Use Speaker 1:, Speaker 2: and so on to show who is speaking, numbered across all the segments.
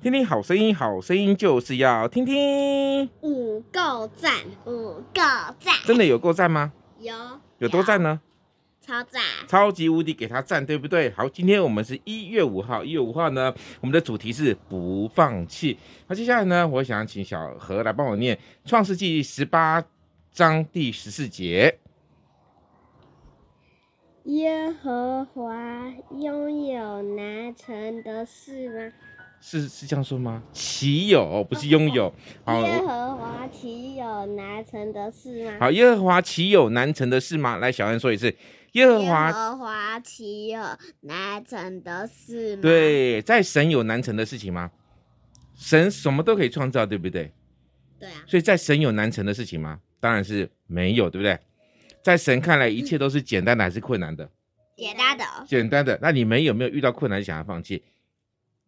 Speaker 1: 听听好声音，好声音就是要听听，
Speaker 2: 五够赞，五够赞，
Speaker 1: 真的有够赞吗？
Speaker 2: 有
Speaker 1: 有多赞？呢？
Speaker 2: 超赞！
Speaker 1: 超级无敌给他赞，对不对？好，今天我们是一月五号，一月五号呢，我们的主题是不放弃。那接下来呢，我想请小何来帮我念《创世纪》十八章第十四节。
Speaker 2: 耶和华拥有难成的事吗？
Speaker 1: 是是这样说吗？岂有不是拥有？好，
Speaker 2: 耶和华岂有难成的事吗？
Speaker 1: 好，耶和华岂有难成的事吗？来，小恩说一次，耶和
Speaker 2: 耶
Speaker 1: 华
Speaker 2: 和华岂有难成的事吗？，
Speaker 1: 对，在神有难成的事情吗？神什么都可以创造，对不对？
Speaker 2: 对啊，
Speaker 1: 所以在神有难成的事情吗？当然是没有，对不对？在神看来，一切都是简单的还是困难的？
Speaker 2: 简单的，
Speaker 1: 简单的。那你们有没有遇到困难想要放弃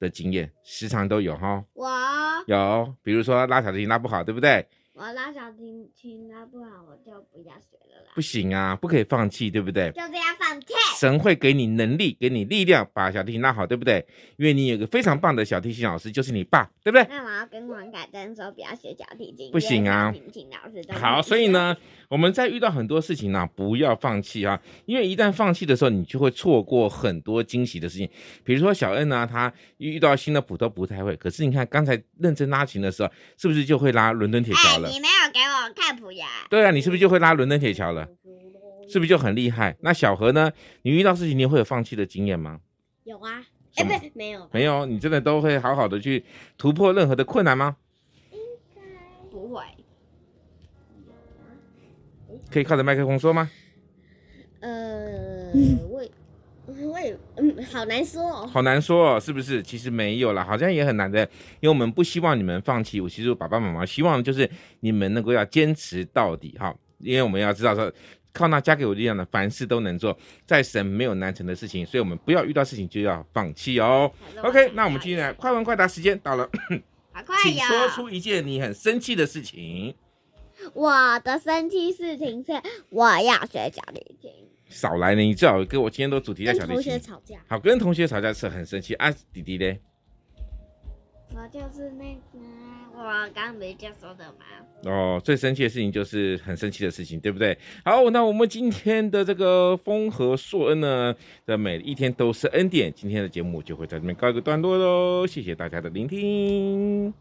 Speaker 1: 的经验？时常都有哈，
Speaker 2: 我
Speaker 1: 有，比如说拉小提琴拉不好，对不对？
Speaker 2: 我拉小提琴拉不好，我就不要学了啦，
Speaker 1: 不行啊，不可以放弃，对不对？
Speaker 2: 就这样放弃。
Speaker 1: 神会给你能力，给你力量，把小提琴拉好，对不对？因为你有一个非常棒的小提琴老师，就是你爸，对不对？
Speaker 2: 那我要跟黄凯珍说，不要学小提琴，
Speaker 1: 不行啊
Speaker 2: 因为小提琴老师都
Speaker 1: 好，所以，呢，我们在遇到很多事情呢、啊不要放弃啊，因为一旦放弃的时候，你就会错过很多惊喜的事情。比如说小恩呢、啊他遇到新的谱都不太会，可是你看刚才认真拉琴的时候，是不是就会拉伦敦铁
Speaker 2: 哎
Speaker 1: 桥，了？
Speaker 2: 你没有给我看谱呀？
Speaker 1: 对啊，你是不是就会拉伦敦铁桥了？是不是就很厉害？那小何呢？你遇到事情你会有放弃的经验吗？
Speaker 2: 有啊，
Speaker 1: 什
Speaker 2: 哎，
Speaker 1: 么
Speaker 2: 不是，没有，
Speaker 1: 没有，你真的都会好好的去突破任何的困难吗？
Speaker 2: 不会。
Speaker 1: 可以靠着麦克风说吗？
Speaker 2: 呃，我也我也嗯，好难说哦。
Speaker 1: 好难说哦，是不是？其实没有啦，好像也很难的，因为我们不希望你们放弃。我其实爸爸妈妈希望就是你们能够要坚持到底哈，因为我们要知道说，靠那加给我力量的，凡事都能做，在神没有难成的事情，所以我们不要遇到事情就要放弃哦。OK，那我们今天来快问快答时间到了，
Speaker 2: 好快
Speaker 1: 请
Speaker 2: 呀！
Speaker 1: 说出一件你很生气的事情。
Speaker 2: 我的生气事情是我要学小提琴，
Speaker 1: 少来了，你最好跟我今天都主题在
Speaker 2: 跟
Speaker 1: 小提
Speaker 2: 同学
Speaker 1: 琴。
Speaker 2: 吵架。
Speaker 1: 好，跟同学吵架是很生气啊，弟弟嘞，
Speaker 2: 我就是那个我刚没就说的嘛，
Speaker 1: 哦，最生气的事情就是很生气的事情，对不对？好，那我们今天的这个风和硕恩呢的每一天都是恩典，今天的节目就会在这边告一个段落喽，谢谢大家的聆听。